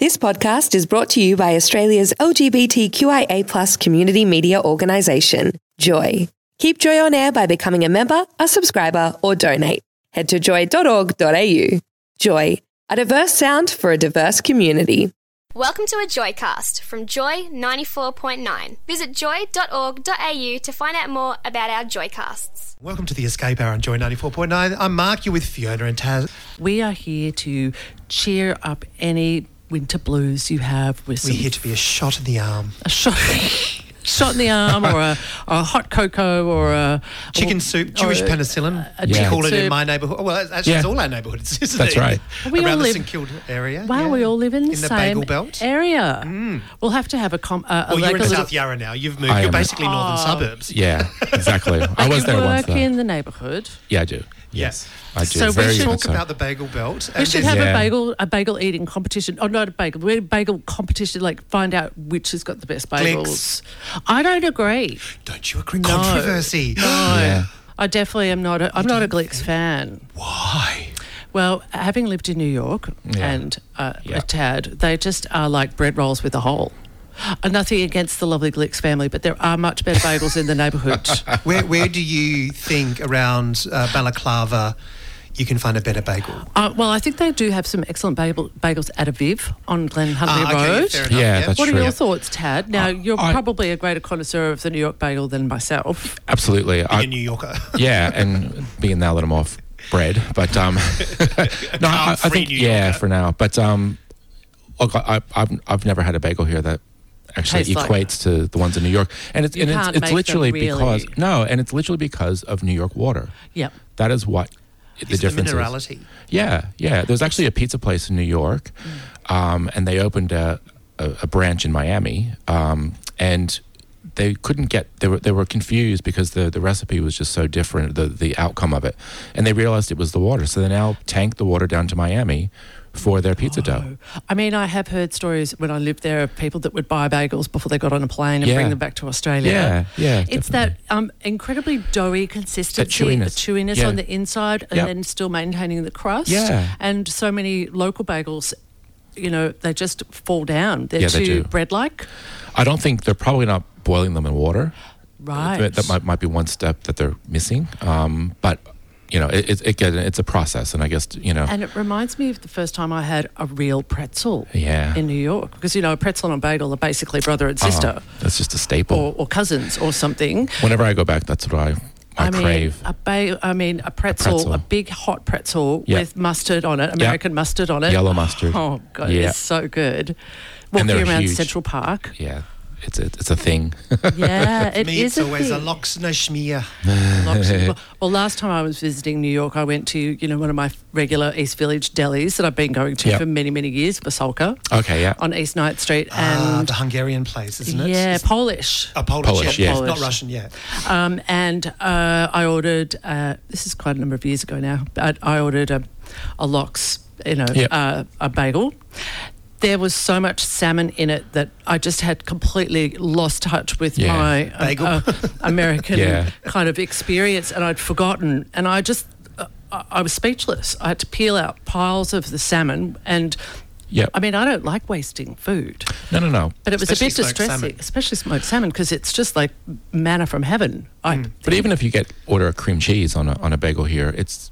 This podcast is brought to you by Australia's LGBTQIA community media organisation, Joy. Keep Joy on air by becoming a member, a subscriber, or donate. Head to joy.org.au. Joy, a diverse sound for a diverse community. Welcome to a Joycast from Joy 94.9. Visit joy.org.au to find out more about our Joycasts. Welcome to the Escape Hour on Joy 94.9. I'm Mark, you're with Fiona and Taz. We are here to cheer up any winter blues you have with We're some here to be a shot in the arm. a shot, shot in the arm or a, or a hot cocoa or a Chicken or- soup, or Jewish a- penicillin. a We chicken call it in soup. my neighbourhood. Well, it's actually, it's Yeah. all our neighbourhoods, isn't That's it? right. We Around all the live- St Kilda area. Wow, yeah. we all live in the, in the same Bagel Belt. Mm. area. We'll have to have a com. Uh, well, you're like a in little- South Yarra now. You've moved. I You're am. basically northern Oh. suburbs. Yeah, exactly. I was there work once. Though. in the neighbourhood. yeah, I do. Yeah. Yes, I do. So we Very We should should much talk so. about the bagel belt. We and should there's- have a Yeah. bagel a bagel eating competition. Oh, not a bagel. We're a bagel competition. Like find out which has got the best bagels. Clicks. I don't agree. Don't you agree? Controversy. No. Yeah. I definitely am not. A, I'm not a Gleeks fan. Why? Well, having lived in New York Yeah. and uh, Yeah. a tad, they just are like bread rolls with a hole. Uh, nothing against the lovely Gleeks family, but there are much better bagels in the neighbourhood. Where, where do you think around uh, Balaclava you can find a better bagel? Uh, well, I think they do have some excellent bagel, bagels at Aviv on Glen Huntley Ah, okay, Road. fair enough, Yeah, that's what are true. your thoughts, Tad? Now, you're I- probably a greater connoisseur of the New York bagel than myself. Absolutely. Being I- a New Yorker. yeah, and being now that I'm off bread, but um, no, I, I Free think New yeah Yorker. for now. But um, look, I, I- I've I've never had a bagel here that actually Tastes like- equates to the ones in New York, and it's and it's, can't it's make them literally because really. no, and it's literally because of New York water. Yep. That is what the It's the difference is. minerality. Yeah, yeah. There's actually a pizza place in New York, um, and they opened a, a, a branch in Miami, um, and they couldn't get they were they were confused because the, the recipe was just so different the the outcome of it, and they realized it was the water. So they now tank the water down to Miami for their pizza dough. I mean, I have heard stories when I lived there of people that would buy bagels before they got on a plane and Yeah. bring them back to Australia. Yeah, yeah, It's that um, incredibly doughy consistency, chewiness. the chewiness Yeah. on the inside, and Yep. then still maintaining the crust. Yeah. And so many local bagels, you know, they just fall down. They're Yeah, too they do. bread-like. I don't think they're probably not boiling them in water. Right. That, that might, might be one step that they're missing. Um, but you know, it, it, again, it's a process, and I guess you know. And it reminds me of the first time I had a real pretzel Yeah. Uh-huh. in New York. Because, you know, a pretzel and a bagel are basically brother and sister um, that's just a staple. or, or cousins or something. Whenever I go back, that's what I, I, mean, crave. A ba- I mean, a pretzel, a pretzel. big hot pretzel Yeah. with mustard on it, American mustard on it. Yellow mustard. Oh, God, Yeah. it's so good. And Walking they're around huge. Central Park. yeah, it's a, it's a thing. Yeah, it is Me, it's a always a uh, thing. lox and a schmear. Lots of- well- well, last time I was visiting New York, I went to, you know, one of my regular East Village delis that I've been going to Yeah. for many, many years, Basolka, okay, yeah. on East Ninth Street. Ah, And the Hungarian place, isn't it? Yeah, It's- Polish. a Polish, Polish, yeah. yeah. Not Polish. Russian, yeah. Um, and uh, I ordered. Uh, this is quite a number of years ago now, but I ordered a, a lox, you know, Yep. uh, a bagel. There was so much salmon in it that I just had completely lost touch with Yeah. my um, Bagel. uh, American Yeah. kind of experience, and I'd forgotten. And I just, uh, I I was speechless. I had to peel out piles of the salmon, and Yep. I mean, I don't like wasting food. No, no, no. But it was Especially a bit smoked distressing, salmon. especially smoked salmon, because it's just like manna from heaven. I, But even if you get order a cream cheese on a, on a bagel here, it's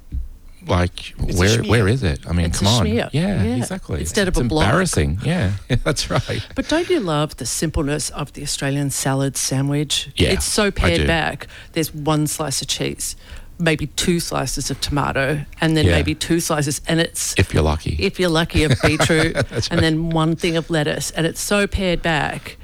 like a where schmear. where is it? I mean, It's a come on. schmear. Yeah, Yeah. exactly. Instead of It's a block. embarrassing. Yeah, that's right. But don't you love the simpleness of the Australian salad sandwich? Yeah, It's so I pared do. back. There's one slice of cheese, maybe two slices of tomato, and then Yeah. maybe two slices, and it's If you're lucky. if you're lucky of beetroot, and then one thing of lettuce, and it's so pared back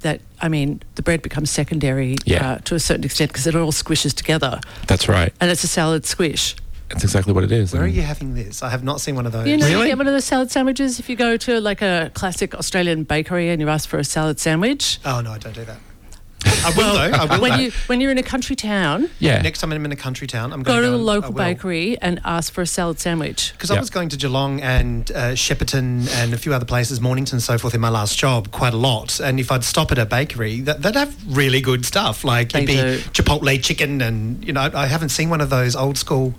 that I mean the bread becomes secondary Yeah. uh, to a certain extent because it all squishes together, that's right. and it's a salad squish. That's exactly what it is. Where are And- you having this? I have not seen one of those. You know, Really? you get one of those salad sandwiches if you go to like a classic Australian bakery and you ask for a salad sandwich. Oh no, I don't do that. I will though. I will. When though. you when you're in a country town, Yeah. Next time I'm in a country town, I'm go going to the local bakery and ask for a salad sandwich. Because I Yeah. was going to Geelong and uh, Shepparton and a few other places, Mornington and so forth, in my last job quite a lot. And if I'd stop at a bakery, that, they'd have really good stuff. Like They it'd be do. Chipotle chicken, and you know, I, I haven't seen one of those old school.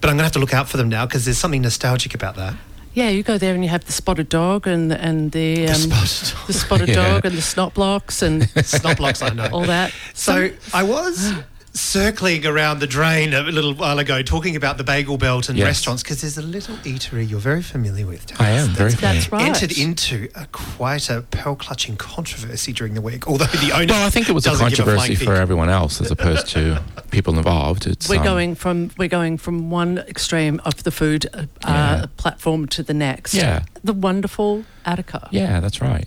But I'm going to have to look out for them now because there's something nostalgic about that. Yeah, you go there and you have the spotted dog and and the um, the spotted dog. the spotted Yeah. dog and the snot blocks and Snot blocks, I know. all that. So Some- I was circling around the drain a little while ago, talking about the bagel belt and Yes. restaurants because there's a little eatery you're very familiar with. Daz, I am very that's right. Entered into a, quite a pearl clutching controversy during the week, although the owner. Well, I think it was a doesn't give flying controversy fig. for everyone else as opposed to people involved. It's We're um, going from we're going from one extreme of the food uh, uh, platform to the next. Yeah. the wonderful Attica. Yeah, that's right.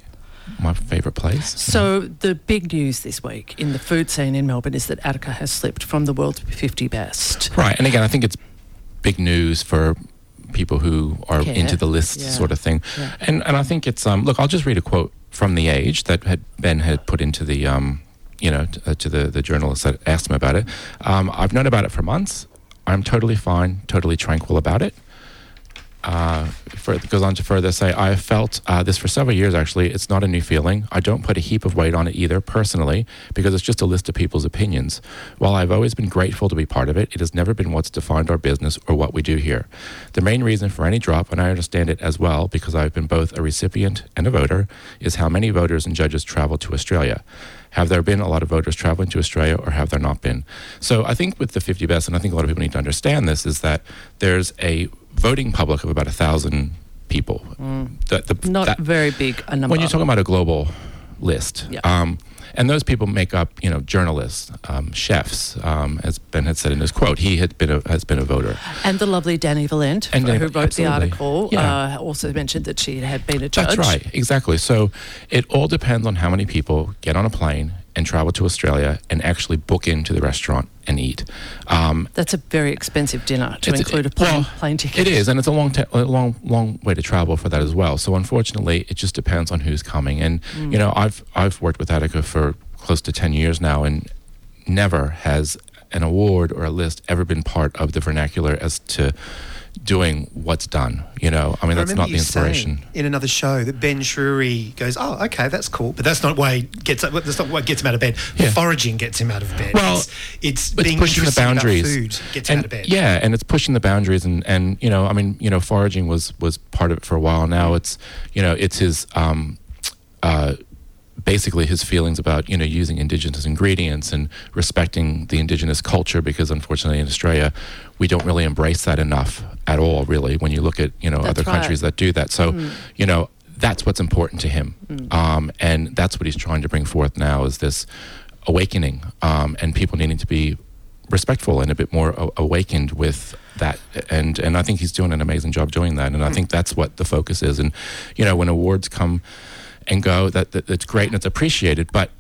My favorite place. So the big news this week in the food scene in Melbourne is that Attica has slipped from the world's 50 best. Right. And again, I think it's big news for people who are Care. into the lists Yeah. sort of thing. Yeah. And and I think it's um look, I'll just read a quote from The Age that had Ben had put into the um you know, t- uh, to the, the journalist that asked him about it. Um, I've known about it for months. I'm totally fine, totally tranquil about it. Uh, for, it goes on to further say, I have felt uh, this for several years actually. It's not a new feeling. I don't put a heap of weight on it either, personally, because it's just a list of people's opinions. While I've always been grateful to be part of it, it has never been what's defined our business or what we do here. The main reason for any drop, and I understand it as well because I've been both a recipient and a voter, is how many voters and judges travel to Australia. Have there been a lot of voters traveling to Australia or have there not been? So I think with the 50 best, and I think a lot of people need to understand this, is that there's a voting public of about a thousand people. That- the- Mm. Not that- very big a number. when you're talking about a global list, Yeah. um, and those people make up, you know, journalists, um, chefs, um, as Ben had said in his quote, he had been a, has been a voter. and the lovely Danny Valent, And Danny- who wrote absolutely. the article, Yeah. uh, also mentioned that she had been a judge. That's right, exactly. So it all depends on how many people get on a plane and travel to Australia and actually book into the restaurant and eat. Um, That's a very expensive dinner to It's- include a it- plane, well, plane ticket. It is, and it's a long, ta- a long, long way to travel for that as well. So unfortunately, it just depends on who's coming. And Mm. you know, I've I've worked with Attica for close to ten years now, and never has an award or a list ever been part of the vernacular as to doing what's done. You know, I mean, I that's remember not the you saying inspiration. in another show that Ben Shrewy goes, "Oh, okay, that's cool," but that's not why gets that's not what gets him out of bed. Yeah. Foraging gets him out of bed. Well, it's, it's it's being pushing the interesting about boundaries. food gets him and, out of bed. Yeah, and it's pushing the boundaries, and and you know, I mean, you know, foraging was was part of it for a while. Now it's you know, it's his um, uh, basically his feelings about you know using indigenous ingredients and respecting the indigenous culture because unfortunately in Australia we don't really embrace that enough at all. Really, when you look at you know That's other right. countries that do that, so you know that's what's important to him, um, and that's what he's trying to bring forth now is this awakening um, and people needing to be respectful and a bit more a- awakened with that and and I think he's doing an amazing job doing that and I think that's what the focus is and you know when awards come and go that, that that's great and it's appreciated but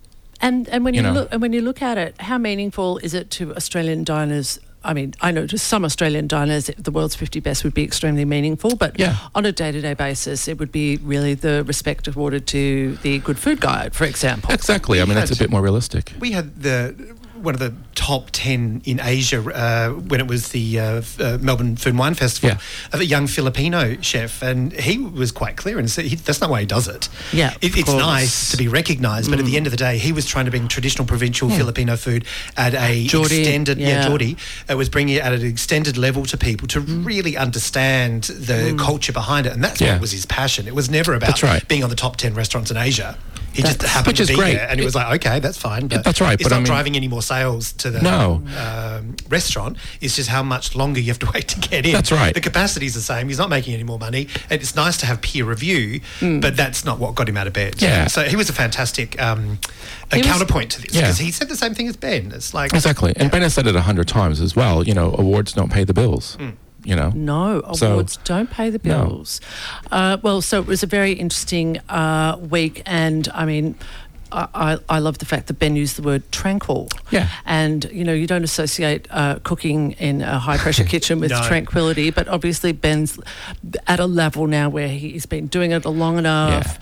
And and when you, You know. look and when you look at it, how meaningful is it to Australian diners? I mean, I know to some Australian diners, the world's 50 best would be extremely meaningful, but Yeah. on a day to day basis, it would be really the respect awarded to the Good Food Guide, for example. exactly I mean that's a bit more realistic We had the one of the top ten in Asia uh, when it was the uh, f- uh, Melbourne Food and Wine Festival Yeah. of a young Filipino chef, and he was quite clear and said he, that's not why he does it. Yeah, It- of it's course. nice to be recognised, but at Mm. the end of the day, he was trying to bring traditional provincial Filipino food at a Geordie, extended yeah, yeah. Geordie uh, was bringing it at an extended level to people to really understand the culture behind it, and that's Mm. Yeah. what was his passion. It was never about That's right. being on the top ten restaurants in Asia. He just That's- happened Which to is be great. there, and he was like, "Okay, that's fine." But That's right, It's but not I mean- driving any more sales to the No. um, restaurant. It's just how much longer you have to wait to get in. That's right. The capacity's the same. He's not making any more money. And it's nice to have peer review, Mm. but that's not what got him out of bed. Yeah. So he was a fantastic um, a He was- counterpoint to this Yeah. because he said the same thing as Ben. It's like exactly and Ben has said it a hundred times as well you know awards don't pay the bills you know No, So- awards don't pay the No. bills. Uh, well, so it was a very interesting uh, week, and I mean. I, I I love the fact that Ben used the word tranquil. Yeah. And, you know, you don't associate uh, cooking in a high pressure kitchen with No. tranquility, but obviously Ben's at a level now where he's been doing it long enough.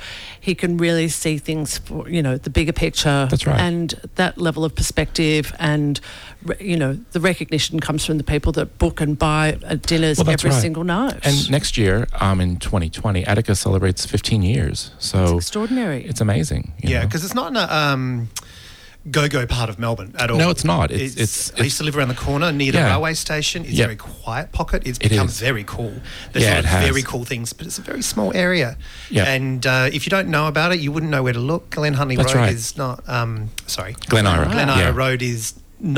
He can really see things for, you know, the bigger picture. That's right. And that level of perspective and, re- you know, the recognition comes from the people that book and buy uh, dinners Well, that's every right. single night. and next year um in 2020 Attica celebrates 15 years so extraordinary. it's amazing you Yeah, know. because it's not an um, go-go part of Melbourne at all. No, it's not. It's- it's- I used to live around the corner near the Yeah. railway station. It's Yeah. a very quiet pocket. It's It become is. very cool. There's Yeah, a lot it of has. very cool things, but it's a very small area. Yeah. And uh, if you don't know about it, you wouldn't know where to look. Glen Huntley That's Road right. is not. Um, sorry, Glen Ira. Glen Yeah. Road is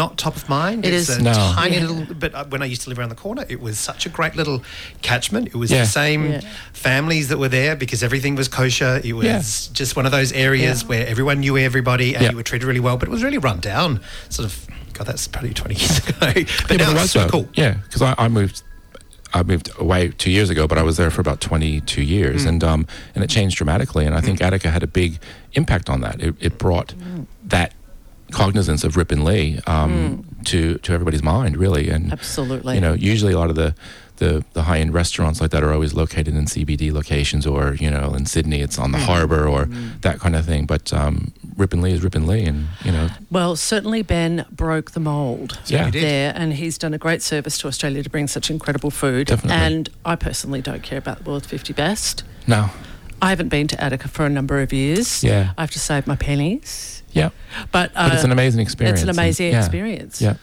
not top of mind. It it's is- a No. tiny Yeah. little. But uh, when I used to live around the corner, it was such a great little catchment. It was Yeah. the same Yeah. families that were there because everything was kosher. It was Yeah. just one of those areas where everyone knew everybody and Yeah. you were treated really well, but it was really run down. Sort of, God, that's probably 20 years ago. But Yeah, now but it it's was super though. cool. Yeah, because I, I moved, I moved away two years ago, but I was there for about twenty-two years, and um, and it changed dramatically. And I think Attica had a big impact on that. It, it brought that cognizance of Rip and Lee um, to to everybody's mind, really. And Absolutely. you know, usually a lot of the the, the high end restaurants like that are always located in CBD locations, or you know, in Sydney it's on the harbour or that kind of thing. But um, Rip and Lee is Rip and Lee, and you know, Well, certainly Ben broke the mould Yeah. He did. there, and he's done a great service to Australia to bring such incredible food. Definitely. And I personally don't care about the world's 50 best. no, I haven't been to Attica for a number of years. Yeah. I have to save my pennies. yeah, But, uh, but it's an amazing experience. It's an and- amazing yeah, experience. Yeah.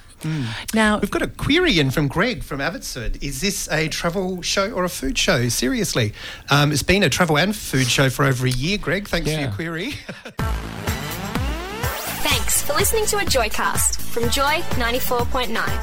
Now, We've got a query in from Greg from Abbotsford. Is this a travel show or a food show? Seriously. Um, it's been a travel and food show for over a year, Greg. Thanks for Yeah. your query. Thanks for listening to a Joycast from Joy 94.9.